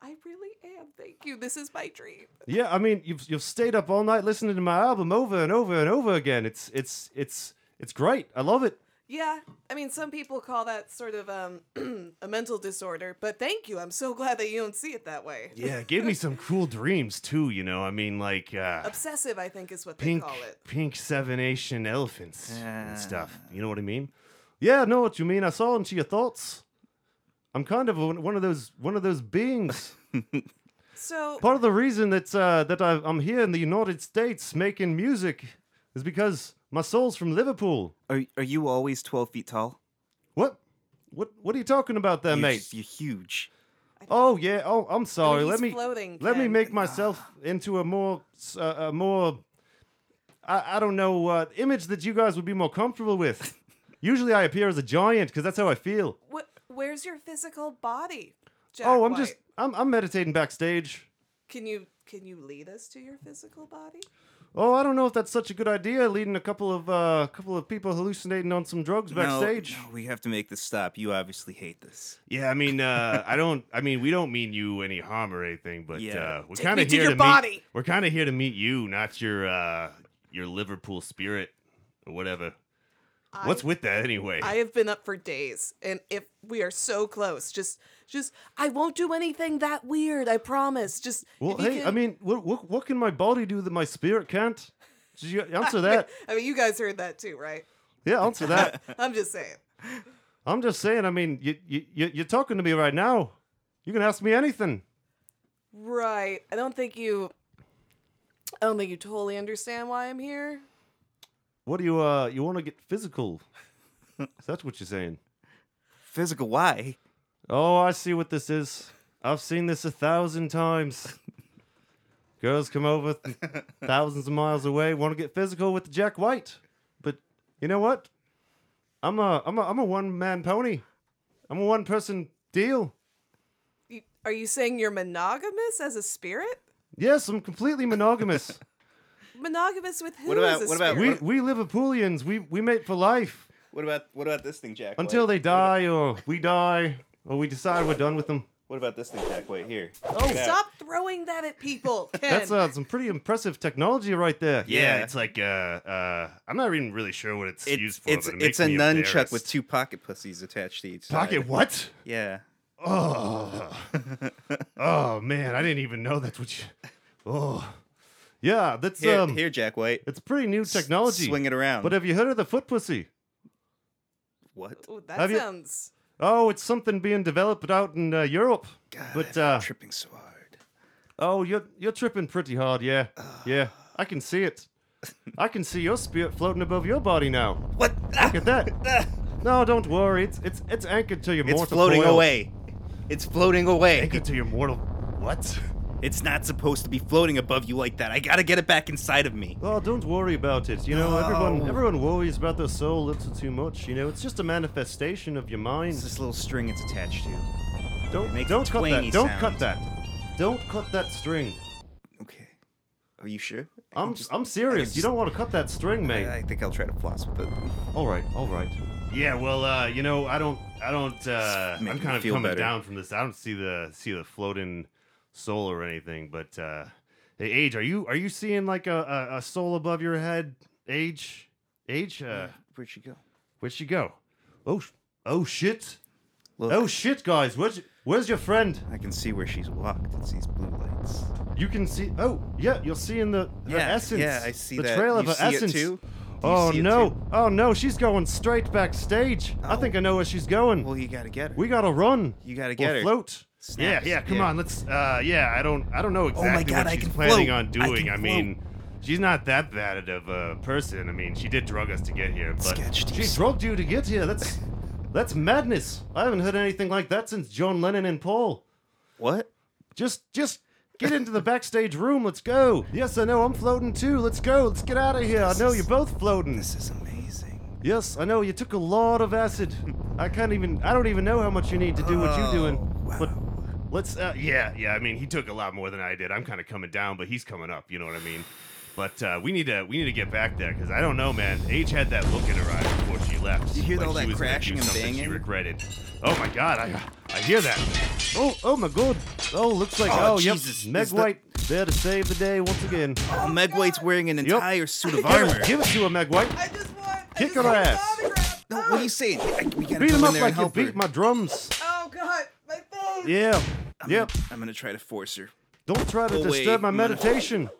Speaker 5: I really am. Thank you. This is my dream.
Speaker 3: Yeah, I mean you've you've stayed up all night listening to my album over and over and over again. It's it's it's it's great. I love it.
Speaker 5: Yeah, I mean, some people call that sort of um, (clears throat) a mental disorder, but thank you. I'm so glad that you don't see it that way.
Speaker 3: Yeah, it gave me some cool dreams too. You know, I mean like uh,
Speaker 5: Obsessive, I think, is what they
Speaker 3: pink
Speaker 5: call it.
Speaker 3: pink seven nation elephants and stuff. You know what I mean? Yeah, I know what you mean. I saw into your thoughts. I'm kind of one one of those one of those
Speaker 5: (laughs)
Speaker 3: beings.
Speaker 5: So,
Speaker 3: Part of the reason that uh, that I, I'm here in the United States making music is because my soul's from Liverpool.
Speaker 2: Are are you always twelve feet tall?
Speaker 3: What? What? What are you talking about there,
Speaker 2: You-
Speaker 3: mate?
Speaker 2: You're huge.
Speaker 3: Oh yeah. Oh, I'm sorry.
Speaker 5: he's
Speaker 3: Let me
Speaker 5: floating,
Speaker 3: let me
Speaker 5: Ken. Ah.
Speaker 3: make myself into a more s- uh, a more I, I don't know uh, image that you guys would be more comfortable
Speaker 5: (laughs)
Speaker 3: with. Usually, I appear as a giant because that's how I feel.
Speaker 5: wh- where's your physical body? Jack
Speaker 3: oh, I'm
Speaker 5: White?
Speaker 3: just I'm, I'm meditating backstage.
Speaker 5: Can you can you lead us to your physical body?
Speaker 3: Oh, I don't know if that's such a good idea. Leading a couple of uh, couple of people hallucinating on some drugs
Speaker 2: No,
Speaker 3: backstage.
Speaker 2: no, we have to make this stop. You obviously hate this.
Speaker 3: Yeah, I mean, uh, I don't. I mean, we don't mean you any harm or anything, but
Speaker 2: Yeah.
Speaker 3: uh, we're
Speaker 5: Take
Speaker 3: kind
Speaker 5: me
Speaker 3: of
Speaker 5: to
Speaker 3: here
Speaker 5: your
Speaker 3: to meet.
Speaker 5: body.
Speaker 3: We're kind of here to meet you, not your uh, your Liverpool spirit or whatever. What's
Speaker 5: I,
Speaker 3: with that anyway?
Speaker 5: I have been up for days, and if we are so close, just just I won't do anything that weird. I promise. Just
Speaker 3: well,
Speaker 5: if you
Speaker 3: hey, I
Speaker 5: can- (laughs)
Speaker 3: mean, what, what what can my body do that my spirit can't? Did you answer
Speaker 5: (laughs)
Speaker 3: that?
Speaker 5: I mean, you guys heard that too, right?
Speaker 3: yeah, answer
Speaker 5: (laughs)
Speaker 3: that.
Speaker 5: I'm just saying.
Speaker 3: I'm just saying. I mean, you you you- you're talking to me right now. You can ask me anything.
Speaker 5: Right. I don't think you. I don't think you totally understand why I'm here.
Speaker 3: What do you uh you want to get physical? Is that what you're saying?
Speaker 2: Physical? Why?
Speaker 3: Oh, I see what this is. I've seen this a thousand times. Girls come over th- thousands of miles away, want to get physical with Jack White. But you know what? I'm a I'm a I'm a one man pony. I'm a one person deal.
Speaker 5: You, are you saying you're monogamous as a spirit?
Speaker 3: Yes, I'm completely monogamous.
Speaker 5: Monogamous with who?
Speaker 2: What about-
Speaker 5: as a
Speaker 2: what about-
Speaker 5: spirit?
Speaker 3: we we Liverpoolians, we we mate for life
Speaker 2: What about what about this thing, Jack?
Speaker 3: until
Speaker 2: White?
Speaker 3: they die or we die or we decide we're done with them.
Speaker 2: What about this thing, Jack? Wait here.
Speaker 5: Oh, stop throwing that at people,
Speaker 3: (laughs)
Speaker 5: Ken.
Speaker 3: That's uh, some pretty impressive technology right there.
Speaker 2: Yeah,
Speaker 4: it's like uh, uh, I'm not even really sure what it's,
Speaker 2: It's
Speaker 4: used for.
Speaker 2: it's
Speaker 4: but it makes
Speaker 2: it's a
Speaker 4: me
Speaker 2: nunchuck with
Speaker 4: embarrassed.
Speaker 2: two pocket pussies attached to each side.
Speaker 3: Pocket what?
Speaker 2: Yeah. (laughs)
Speaker 3: Oh, oh man, I didn't even know that's what you. Oh, yeah, that's
Speaker 2: Here,
Speaker 3: um,
Speaker 2: here Jack White.
Speaker 3: it's pretty new technology.
Speaker 2: Swing it around.
Speaker 3: But have you heard of the foot pussy?
Speaker 2: what?
Speaker 5: Ooh, that
Speaker 3: Have you-
Speaker 5: sounds.
Speaker 3: Oh, it's something being developed out in uh, Europe.
Speaker 2: God,
Speaker 3: but
Speaker 2: I'm
Speaker 3: uh,
Speaker 2: tripping so hard.
Speaker 3: oh, you're you're tripping pretty hard, yeah, yeah. I can see it. I can see your spirit floating above your body now.
Speaker 2: What? Ah!
Speaker 3: Look
Speaker 2: (laughs)
Speaker 3: at that. No, don't worry. It's it's it's anchored to your
Speaker 2: It's
Speaker 3: mortal
Speaker 2: floating
Speaker 3: coil.
Speaker 2: away. It's floating away.
Speaker 3: Anchored to your mortal.
Speaker 2: (laughs)
Speaker 3: What?
Speaker 2: It's not supposed to be floating above you like that. I gotta get it back inside of me.
Speaker 3: Oh, don't worry about it. You know,
Speaker 2: No.
Speaker 3: everyone everyone worries about their soul a little too much. You know, it's just a manifestation of your
Speaker 2: It's
Speaker 3: mind.
Speaker 2: this little string it's attached to.
Speaker 3: Don't
Speaker 2: makes a
Speaker 3: don't cut
Speaker 2: twangy
Speaker 3: that. Don't
Speaker 2: sound.
Speaker 3: cut that. Don't cut that string.
Speaker 2: Okay. Are you sure?
Speaker 3: I'm I'm serious.
Speaker 2: I
Speaker 3: you
Speaker 2: just-
Speaker 3: don't want to cut that string, mate.
Speaker 2: I, I think I'll try to floss with it.
Speaker 3: All right, all right. Yeah, well, uh, you know, I don't I don't uh
Speaker 2: making
Speaker 3: I'm
Speaker 2: me
Speaker 3: kind of
Speaker 2: feel
Speaker 3: coming
Speaker 2: better.
Speaker 3: down from this. I don't see the see the floating soul or anything, but uh hey, Age, are you are you seeing like a a, a soul above your head? Age? Age? Uh
Speaker 2: Where'd she go?
Speaker 3: Where'd she go? Oh, sh- oh shit!
Speaker 2: Look,
Speaker 3: Oh shit, guys! Where's where's your friend?
Speaker 2: I can see where she's walked. It's these blue lights.
Speaker 3: You can see. Oh yeah, you're seeing the her
Speaker 2: Yeah,
Speaker 3: essence.
Speaker 2: yeah, I see
Speaker 3: the
Speaker 2: that.
Speaker 3: trail of
Speaker 2: You
Speaker 3: her
Speaker 2: see it
Speaker 3: essence.
Speaker 2: too? Do you
Speaker 3: Oh
Speaker 2: see it
Speaker 3: no!
Speaker 2: too?
Speaker 3: Oh no! She's going straight backstage. I
Speaker 2: Oh.
Speaker 3: think I know where she's going.
Speaker 2: Well, you gotta get her.
Speaker 3: we gotta run.
Speaker 2: You gotta
Speaker 3: Or
Speaker 2: get her.
Speaker 3: float.
Speaker 2: Snaps,
Speaker 3: Yeah, yeah. Come
Speaker 2: yeah. Oh
Speaker 3: on, let's. Uh, yeah, I don't. I don't know
Speaker 2: my
Speaker 3: exactly
Speaker 2: God,
Speaker 3: what
Speaker 2: I
Speaker 3: she's
Speaker 2: can
Speaker 3: planning
Speaker 2: float.
Speaker 3: on
Speaker 2: I
Speaker 3: doing.
Speaker 2: can
Speaker 3: I, mean, she's not that bad of a person. I mean, she did drug us to get here, but
Speaker 2: Sketch
Speaker 3: she
Speaker 2: these.
Speaker 3: drugged you to get here. That's that's madness. I haven't heard anything like that since John Lennon and Paul.
Speaker 2: What?
Speaker 3: Just just get into the backstage room. Let's go. Yes, I know. I'm floating too. Let's go. Let's get out of here. I
Speaker 2: This
Speaker 3: know
Speaker 2: is-
Speaker 3: you're both floating.
Speaker 2: This is amazing.
Speaker 3: Yes, I know you took a lot of acid. I can't even. I don't even know how much you need to do what you're doing.
Speaker 2: Oh, wow.
Speaker 3: But
Speaker 4: Let's, uh, yeah, yeah. I mean, he took a lot more than I did. I'm kind of coming down, but he's coming up. You know what I mean? But uh, we need to we need to get back there because I don't know, man. Age had that look in her eye before she left.
Speaker 2: You hear
Speaker 4: she
Speaker 2: all that
Speaker 4: was gonna do
Speaker 2: crashing and
Speaker 4: something She
Speaker 2: banging?
Speaker 4: regretted. Oh my God, I I hear that.
Speaker 3: Oh, oh my god. Oh, looks like
Speaker 2: Oh,
Speaker 3: oh, yep.
Speaker 2: Jesus.
Speaker 3: Meg
Speaker 2: Is that-
Speaker 3: White there to save the day once again.
Speaker 2: Oh, Meg White's wearing an entire suit of armor.
Speaker 3: Give it to her, Meg White.
Speaker 5: I just want. I
Speaker 3: Kick
Speaker 5: just
Speaker 3: her
Speaker 5: want an
Speaker 3: ass.
Speaker 5: autograph.
Speaker 2: No,
Speaker 5: oh,
Speaker 2: what are you saying? I, we gotta
Speaker 3: Beat
Speaker 2: go in
Speaker 3: him up
Speaker 2: there and
Speaker 3: like you
Speaker 2: help her.
Speaker 3: beat my drums.
Speaker 5: oh God, my face.
Speaker 3: Yeah.
Speaker 2: I'm
Speaker 3: Yep.
Speaker 2: Gonna, I'm gonna try to force her.
Speaker 3: Don't try to
Speaker 2: Um, Oh, wait,
Speaker 3: disturb my
Speaker 2: I'm gonna-
Speaker 3: meditation.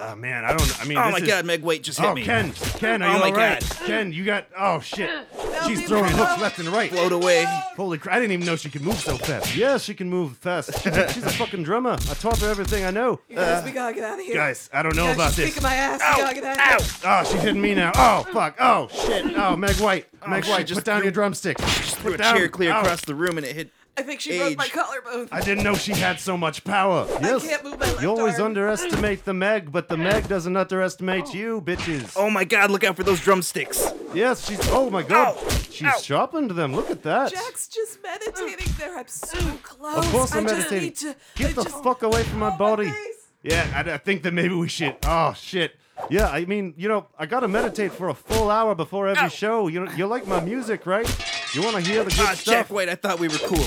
Speaker 4: Oh man, I don't. I mean,
Speaker 2: Oh
Speaker 4: this
Speaker 2: my
Speaker 4: is-
Speaker 2: God, Meg White just hit
Speaker 4: Oh
Speaker 2: me.
Speaker 4: Ken, Ken, are
Speaker 2: Oh
Speaker 4: you
Speaker 2: my
Speaker 4: all right?
Speaker 2: God.
Speaker 4: Ken, you got. Oh shit,
Speaker 5: That'll
Speaker 4: she's
Speaker 5: be
Speaker 4: throwing
Speaker 5: my
Speaker 4: hooks
Speaker 5: love.
Speaker 4: left and right.
Speaker 2: Float away.
Speaker 4: Holy crap! I didn't even know she could move so fast.
Speaker 3: Yeah, she can move fast. She's a, she's a fucking drummer. I taught her everything I know.
Speaker 5: You guys, we gotta get out of here.
Speaker 4: Guys, I don't know
Speaker 5: Guys,
Speaker 4: about
Speaker 5: she's
Speaker 4: this.
Speaker 5: kicking my ass.
Speaker 4: Ow!
Speaker 5: We gotta get out of
Speaker 4: Ow!
Speaker 5: here.
Speaker 4: Oh, she's hitting me now. Oh, fuck. Oh, shit. Oh, Meg White. Meg
Speaker 2: she
Speaker 4: White,
Speaker 2: just
Speaker 4: put down
Speaker 2: threw-
Speaker 4: your drumstick.
Speaker 2: Threw
Speaker 4: Put
Speaker 2: a
Speaker 4: down.
Speaker 2: chair clear
Speaker 4: Ow.
Speaker 2: across the room and it hit.
Speaker 5: I think she broke my
Speaker 2: Age.
Speaker 5: collarbone.
Speaker 4: I didn't know she had so much power.
Speaker 3: Yes.
Speaker 5: can't move my left
Speaker 3: you always
Speaker 5: arm.
Speaker 3: underestimate the Meg, but the Meg doesn't underestimate you, bitches.
Speaker 2: Oh my God! Look out for those drumsticks.
Speaker 3: Yes, she's. Oh my god.
Speaker 2: Ow.
Speaker 3: She's sharpened them. Look at that.
Speaker 5: Jack's just meditating there. I'm so close.
Speaker 3: of course
Speaker 5: I
Speaker 3: I'm
Speaker 5: just
Speaker 3: meditating.
Speaker 5: need to.
Speaker 3: Get
Speaker 5: I
Speaker 3: the
Speaker 5: just,
Speaker 3: fuck away from my
Speaker 5: Oh,
Speaker 3: body.
Speaker 5: face.
Speaker 4: Yeah, I, I think that maybe we should. Oh, shit.
Speaker 3: Yeah, I mean, you know, I gotta meditate for a full hour before every
Speaker 2: Ow.
Speaker 3: show. You know, you like my music, right? You want to hear the good
Speaker 2: Ah,
Speaker 3: stuff?
Speaker 2: Jack White. I thought we were cool.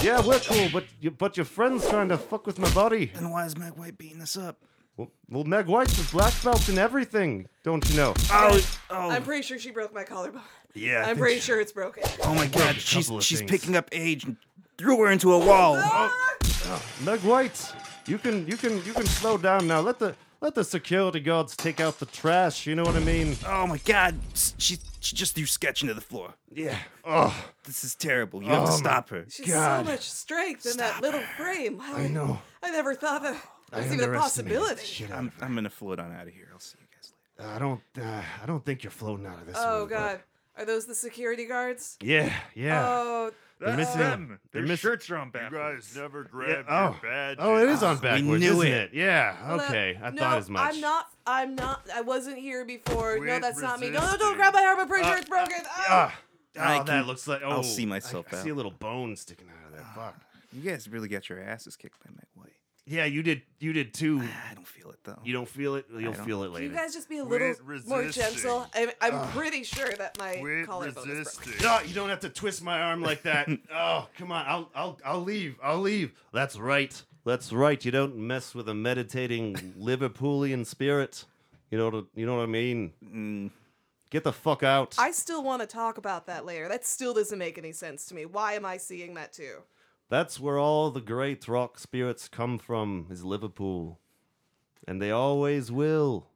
Speaker 3: Yeah, we're cool, but you, but your friend's trying to fuck with my body.
Speaker 2: Then why is Meg White beating us up?
Speaker 3: Well, well Meg White's a black belt in everything, don't you know?
Speaker 2: Oh,
Speaker 5: I'm
Speaker 2: oh,
Speaker 5: pretty sure she broke my collarbone.
Speaker 4: Yeah, I
Speaker 5: I'm
Speaker 4: think
Speaker 5: pretty
Speaker 4: she-
Speaker 5: sure it's broken.
Speaker 2: oh my God!
Speaker 4: a
Speaker 2: She's
Speaker 4: couple of
Speaker 2: she's
Speaker 4: things.
Speaker 2: picking up age and threw her into a wall.
Speaker 3: Oh.
Speaker 5: Ah!
Speaker 3: Meg White, you can you can you can slow down now. Let the let the security guards take out the trash. You know what I mean?
Speaker 2: Oh my God! S- She she just threw Sketch into the floor.
Speaker 4: Yeah. Oh,
Speaker 2: This is terrible. You have to
Speaker 4: Oh my-
Speaker 2: stop her.
Speaker 5: She's
Speaker 4: God.
Speaker 5: so much strength in that little frame. I
Speaker 4: no.
Speaker 5: I never thought that was even a
Speaker 4: underestimated
Speaker 5: possibility.
Speaker 4: the shit out
Speaker 2: I'm
Speaker 4: of
Speaker 2: I'm gonna float on out of here. I'll see you guys later.
Speaker 4: it. I don't. Uh, I don't think you're floating out of this.
Speaker 5: Oh
Speaker 4: one, but-
Speaker 5: God, are those the security guards?
Speaker 4: Yeah. Yeah.
Speaker 5: Oh,
Speaker 6: That's
Speaker 4: missing-
Speaker 6: them.
Speaker 4: they're
Speaker 6: Their
Speaker 4: missing-
Speaker 6: shirts are on
Speaker 1: You
Speaker 6: backwards.
Speaker 1: guys never grabbed
Speaker 4: Oh.
Speaker 1: your badge.
Speaker 4: Oh, it is on backwards,
Speaker 2: knew
Speaker 4: isn't
Speaker 2: it.
Speaker 4: it? Yeah.
Speaker 5: look,
Speaker 4: Okay. I
Speaker 5: uh, no,
Speaker 4: thought as much.
Speaker 5: I'm not. I'm not. I wasn't here before. no,
Speaker 1: Quit
Speaker 5: that's not me. No, no, don't
Speaker 1: resisting.
Speaker 5: grab my arm. I'm pretty sure it's broken. Ah.
Speaker 4: Ah,
Speaker 2: I
Speaker 4: oh,
Speaker 2: can-
Speaker 4: that looks like. Oh,
Speaker 2: I'll see
Speaker 4: I-
Speaker 2: myself
Speaker 4: I, see a
Speaker 2: out. Ah.
Speaker 4: little bone sticking out of that. Fuck.
Speaker 2: You guys really got your asses kicked by Meg White.
Speaker 4: Yeah, you did. You did too.
Speaker 2: I don't feel it though.
Speaker 4: You don't feel it. You'll
Speaker 2: don't-
Speaker 4: feel it
Speaker 5: Can
Speaker 4: later.
Speaker 5: you guys just be a little
Speaker 1: Quit
Speaker 5: more
Speaker 1: resisting.
Speaker 5: gentle? I'm, I'm pretty sure that my
Speaker 1: Quit
Speaker 5: collarbone is broken.
Speaker 1: resisting.
Speaker 4: No, you don't have to twist my arm like (laughs) that. oh, come on. I'll, I'll, I'll leave. I'll leave.
Speaker 3: That's right. That's right. You don't mess with
Speaker 4: (laughs)
Speaker 3: a meditating Liverpoolian spirit. You know what you know what I mean?
Speaker 4: Mm.
Speaker 3: Get the fuck out.
Speaker 5: I still want to talk about that later. That still doesn't make any sense to me. Why am I seeing that too?
Speaker 3: That's where all the great rock spirits come from, is Liverpool. And they always will.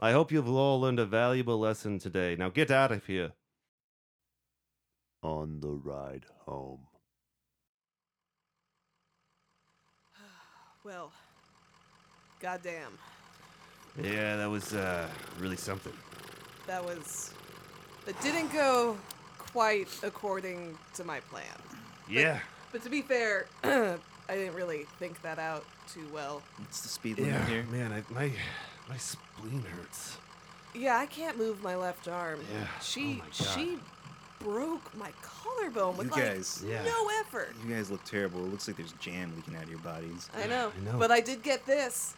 Speaker 3: I hope you've all learned a valuable lesson today. Now get out of here.
Speaker 1: On the ride home.
Speaker 5: Well, goddamn,
Speaker 4: Yeah, that was uh, really something.
Speaker 5: that was. That didn't go quite according to my plan.
Speaker 4: Yeah.
Speaker 5: But to be fair, (clears throat) I didn't really think that out too well.
Speaker 2: It's the speed limit
Speaker 4: Yeah.
Speaker 2: here.
Speaker 4: Man, I, my, my spleen hurts.
Speaker 5: Yeah, I can't move my left arm.
Speaker 4: Yeah, oh
Speaker 5: She
Speaker 4: my God.
Speaker 5: she broke my collarbone with
Speaker 2: You
Speaker 5: like
Speaker 2: guys-
Speaker 4: Yeah.
Speaker 5: no effort.
Speaker 2: You guys look terrible. It looks like there's jam leaking out of your bodies.
Speaker 5: I know,
Speaker 4: I know.
Speaker 5: but I did get this.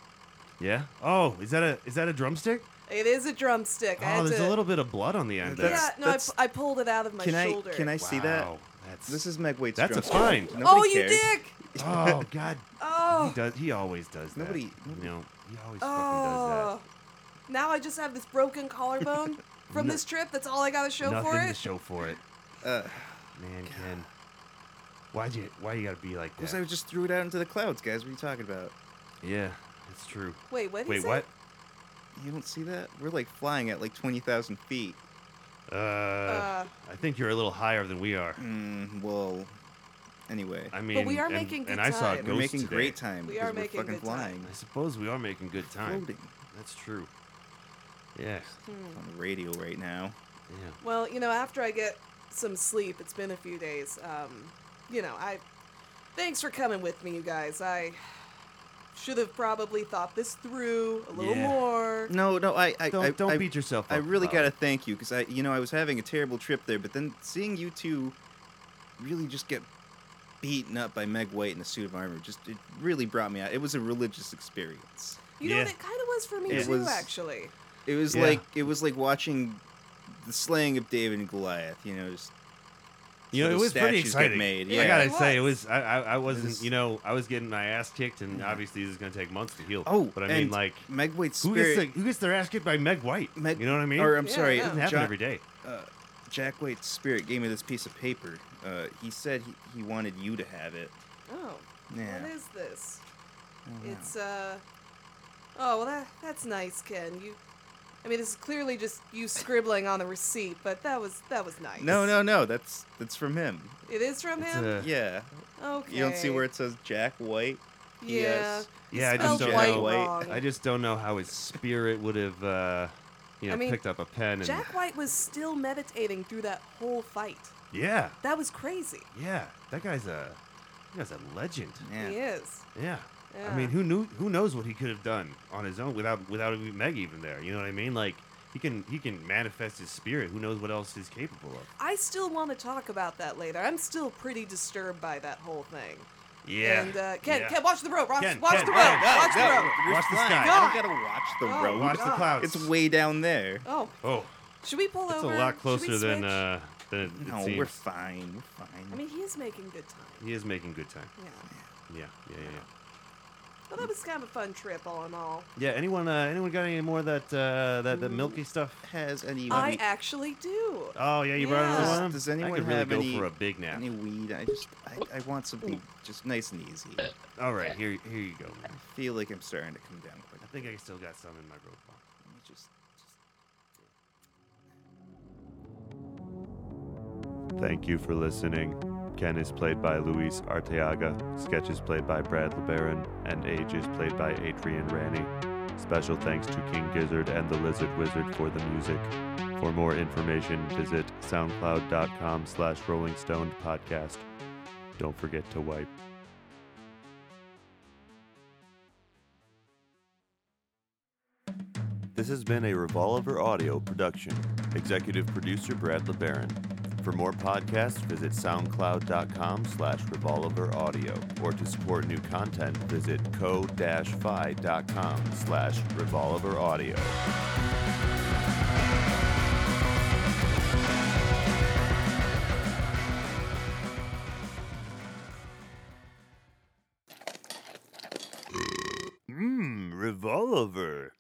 Speaker 4: Yeah. Oh, is that a is that a drumstick?
Speaker 5: It is a drumstick. I
Speaker 4: oh,
Speaker 5: had
Speaker 4: there's a
Speaker 5: to-
Speaker 4: little bit of blood on the end.
Speaker 2: That's-
Speaker 5: yeah, no, I,
Speaker 2: that's-
Speaker 5: pu- I pulled it out of my
Speaker 2: can I
Speaker 5: shoulder.
Speaker 2: can I see that?
Speaker 4: Wow, That's
Speaker 2: This is Meg White's.
Speaker 4: That's a
Speaker 2: drumstick.
Speaker 4: find.
Speaker 2: Nobody
Speaker 5: oh, you
Speaker 2: cares.
Speaker 5: dick!
Speaker 4: Oh God.
Speaker 5: Oh,
Speaker 4: He does. He always does that.
Speaker 2: Nobody-
Speaker 4: You know. He always
Speaker 5: oh.
Speaker 4: fucking
Speaker 5: Now I just have this broken
Speaker 4: (laughs)
Speaker 5: collarbone from
Speaker 4: No-
Speaker 5: this trip. That's all I got to show
Speaker 4: does that.
Speaker 5: for
Speaker 4: Nothing to
Speaker 5: it.
Speaker 4: show for it.
Speaker 2: Uh,
Speaker 4: Man, Ken. Why'd you? Why you gotta be like
Speaker 2: because
Speaker 4: that?
Speaker 2: I just threw it out into the clouds, guys. What are you talking about?
Speaker 4: Yeah, it's true.
Speaker 5: Wait, what?
Speaker 4: Wait, what?
Speaker 2: You don't see that? We're like flying at like twenty thousand feet.
Speaker 4: Uh,
Speaker 5: Uh,
Speaker 4: I think you're a little higher than we are.
Speaker 2: Mm, well, anyway,
Speaker 4: I mean,
Speaker 5: we are
Speaker 4: and-
Speaker 5: making
Speaker 4: and
Speaker 5: good
Speaker 4: I saw
Speaker 5: time.
Speaker 4: it
Speaker 2: we're
Speaker 4: ghost
Speaker 2: making
Speaker 4: today.
Speaker 2: great time.
Speaker 5: We
Speaker 2: because
Speaker 5: are
Speaker 2: we're
Speaker 5: making
Speaker 2: fucking
Speaker 5: good
Speaker 2: flying.
Speaker 5: time.
Speaker 4: I suppose we are making good time.
Speaker 2: Floating
Speaker 4: That's true. Yeah,
Speaker 2: on the radio right now.
Speaker 4: yeah.
Speaker 5: hmm. Well, you know, after I get some sleep, it's been a few days. Um, you know, I thanks for coming with me, you guys. I should have probably thought this through a little
Speaker 4: Yeah. Mm,
Speaker 5: more.
Speaker 2: No, no, I, I
Speaker 4: Don't
Speaker 2: I,
Speaker 4: don't
Speaker 2: I,
Speaker 4: beat yourself up.
Speaker 2: I really
Speaker 5: Oh.
Speaker 4: about
Speaker 2: gotta
Speaker 4: it.
Speaker 2: thank you because I, you know, I was having a terrible trip there, but then seeing you two really just get beaten up by Meg White in a suit of armor just it really brought me out. It was a religious experience.
Speaker 5: You know
Speaker 3: Yeah.
Speaker 5: what? It kind of was for me
Speaker 2: It
Speaker 5: too,
Speaker 2: was-
Speaker 5: actually.
Speaker 2: It was
Speaker 3: Yeah.
Speaker 2: like it was like watching the slaying of David and Goliath. You know, just
Speaker 3: You know, it
Speaker 2: Those
Speaker 3: was pretty
Speaker 2: statues get
Speaker 3: exciting.
Speaker 2: made,
Speaker 3: I
Speaker 5: yeah.
Speaker 3: gotta
Speaker 5: It
Speaker 3: say, it
Speaker 5: was.
Speaker 3: was. I, I, I wasn't.
Speaker 2: was-
Speaker 3: You know, I was getting my ass kicked, and obviously this is gonna take months to heal.
Speaker 2: oh,
Speaker 3: but I mean,
Speaker 2: and
Speaker 3: like,
Speaker 2: Meg White's
Speaker 3: who gets,
Speaker 2: spirit.
Speaker 3: the, who gets their ass kicked by Meg White?
Speaker 2: Meg-
Speaker 3: you know what I mean?
Speaker 2: Or I'm
Speaker 5: Yeah,
Speaker 2: sorry,
Speaker 5: yeah.
Speaker 3: it doesn't happen
Speaker 2: John-
Speaker 3: every day.
Speaker 2: uh, Jack White's spirit gave me this piece of paper. Uh, he said he, he wanted you to have it.
Speaker 5: Oh,
Speaker 2: Yeah.
Speaker 5: what is this?
Speaker 2: I don't know.
Speaker 5: It's uh. Oh well, that that's nice, Ken. You, I mean, this is clearly just you scribbling on the receipt, but that was that was nice.
Speaker 2: no, no, no. That's that's from him.
Speaker 5: It is from
Speaker 3: It's,
Speaker 5: him.
Speaker 3: uh,
Speaker 2: Yeah.
Speaker 5: okay.
Speaker 2: You don't see where it says Jack White.
Speaker 5: Yeah.
Speaker 2: Yes.
Speaker 3: yeah, I just
Speaker 5: Spelled
Speaker 3: don't
Speaker 5: white
Speaker 3: know.
Speaker 5: wrong.
Speaker 3: I just don't know how his spirit would have, uh, you know,
Speaker 5: I mean,
Speaker 3: picked up a pen. And,
Speaker 5: Jack White was still meditating through that whole fight.
Speaker 3: yeah,
Speaker 5: That was crazy.
Speaker 3: yeah, that guy's a, that guy's a legend.
Speaker 2: Yeah.
Speaker 5: He is.
Speaker 3: Yeah.
Speaker 5: Yeah.
Speaker 3: I mean, who knew? Who knows what he could have done on his own without without even Meg even there? You know what I mean? Like he can he can manifest his spirit. Who knows what else he's capable of?
Speaker 5: I still want to talk about that later. I'm still pretty disturbed by that whole thing.
Speaker 3: Yeah.
Speaker 5: And uh, Ken,
Speaker 3: yeah.
Speaker 5: Ken, watch the road. Watch,
Speaker 3: Ken,
Speaker 5: watch
Speaker 3: Ken,
Speaker 5: the road.
Speaker 3: Ken,
Speaker 2: Ken,
Speaker 5: watch
Speaker 2: Ken.
Speaker 5: the road.
Speaker 3: watch the
Speaker 2: Fine,
Speaker 3: sky.
Speaker 5: God.
Speaker 2: I don't gotta watch the
Speaker 5: Oh,
Speaker 2: road.
Speaker 3: Watch the
Speaker 5: God.
Speaker 3: clouds.
Speaker 2: It's way down there.
Speaker 5: Oh,
Speaker 3: Oh,
Speaker 5: should we pull
Speaker 3: it's a
Speaker 5: over?
Speaker 3: lot
Speaker 5: Should we
Speaker 3: closer than
Speaker 5: switch?
Speaker 3: uh than it
Speaker 2: No,
Speaker 3: seems.
Speaker 2: we're fine. We're fine.
Speaker 5: I mean, he is making good time.
Speaker 3: He is making good time.
Speaker 5: Yeah.
Speaker 3: Yeah, yeah, yeah.
Speaker 5: Well, that was kind of a fun trip, all in all.
Speaker 3: Yeah. yeah anyone? Uh, anyone got any more of that uh, that that milky stuff?
Speaker 2: has anyone?
Speaker 5: I actually do.
Speaker 3: Oh yeah, you brought another
Speaker 5: Yeah.
Speaker 3: one. of them?
Speaker 2: Does anyone
Speaker 3: I could really
Speaker 2: have
Speaker 3: go
Speaker 2: any-
Speaker 3: for a big nap?
Speaker 2: any weed? I just I, I want something just nice and easy. I
Speaker 3: All right, here here you go. Man.
Speaker 2: feel like I'm starting to come down quick.
Speaker 3: I think I still got some in my robe.
Speaker 2: Let me just, just
Speaker 1: Thank you for listening. Ken is played by Luis Arteaga, Sketch is played by Brad LeBaron, and Age is played by Adrian Ranney. Special thanks to King Gizzard and the Lizard Wizard for the music. For more information, visit soundcloud.com slash Rolling Stone podcast. Don't forget to wipe. This has been a Revolver Audio production. Executive producer Brad LeBaron. For more podcasts, visit soundcloud.com slash revolver audio. Or to support new content, visit co-fi.com slash revolver audio. Mmm, revolver.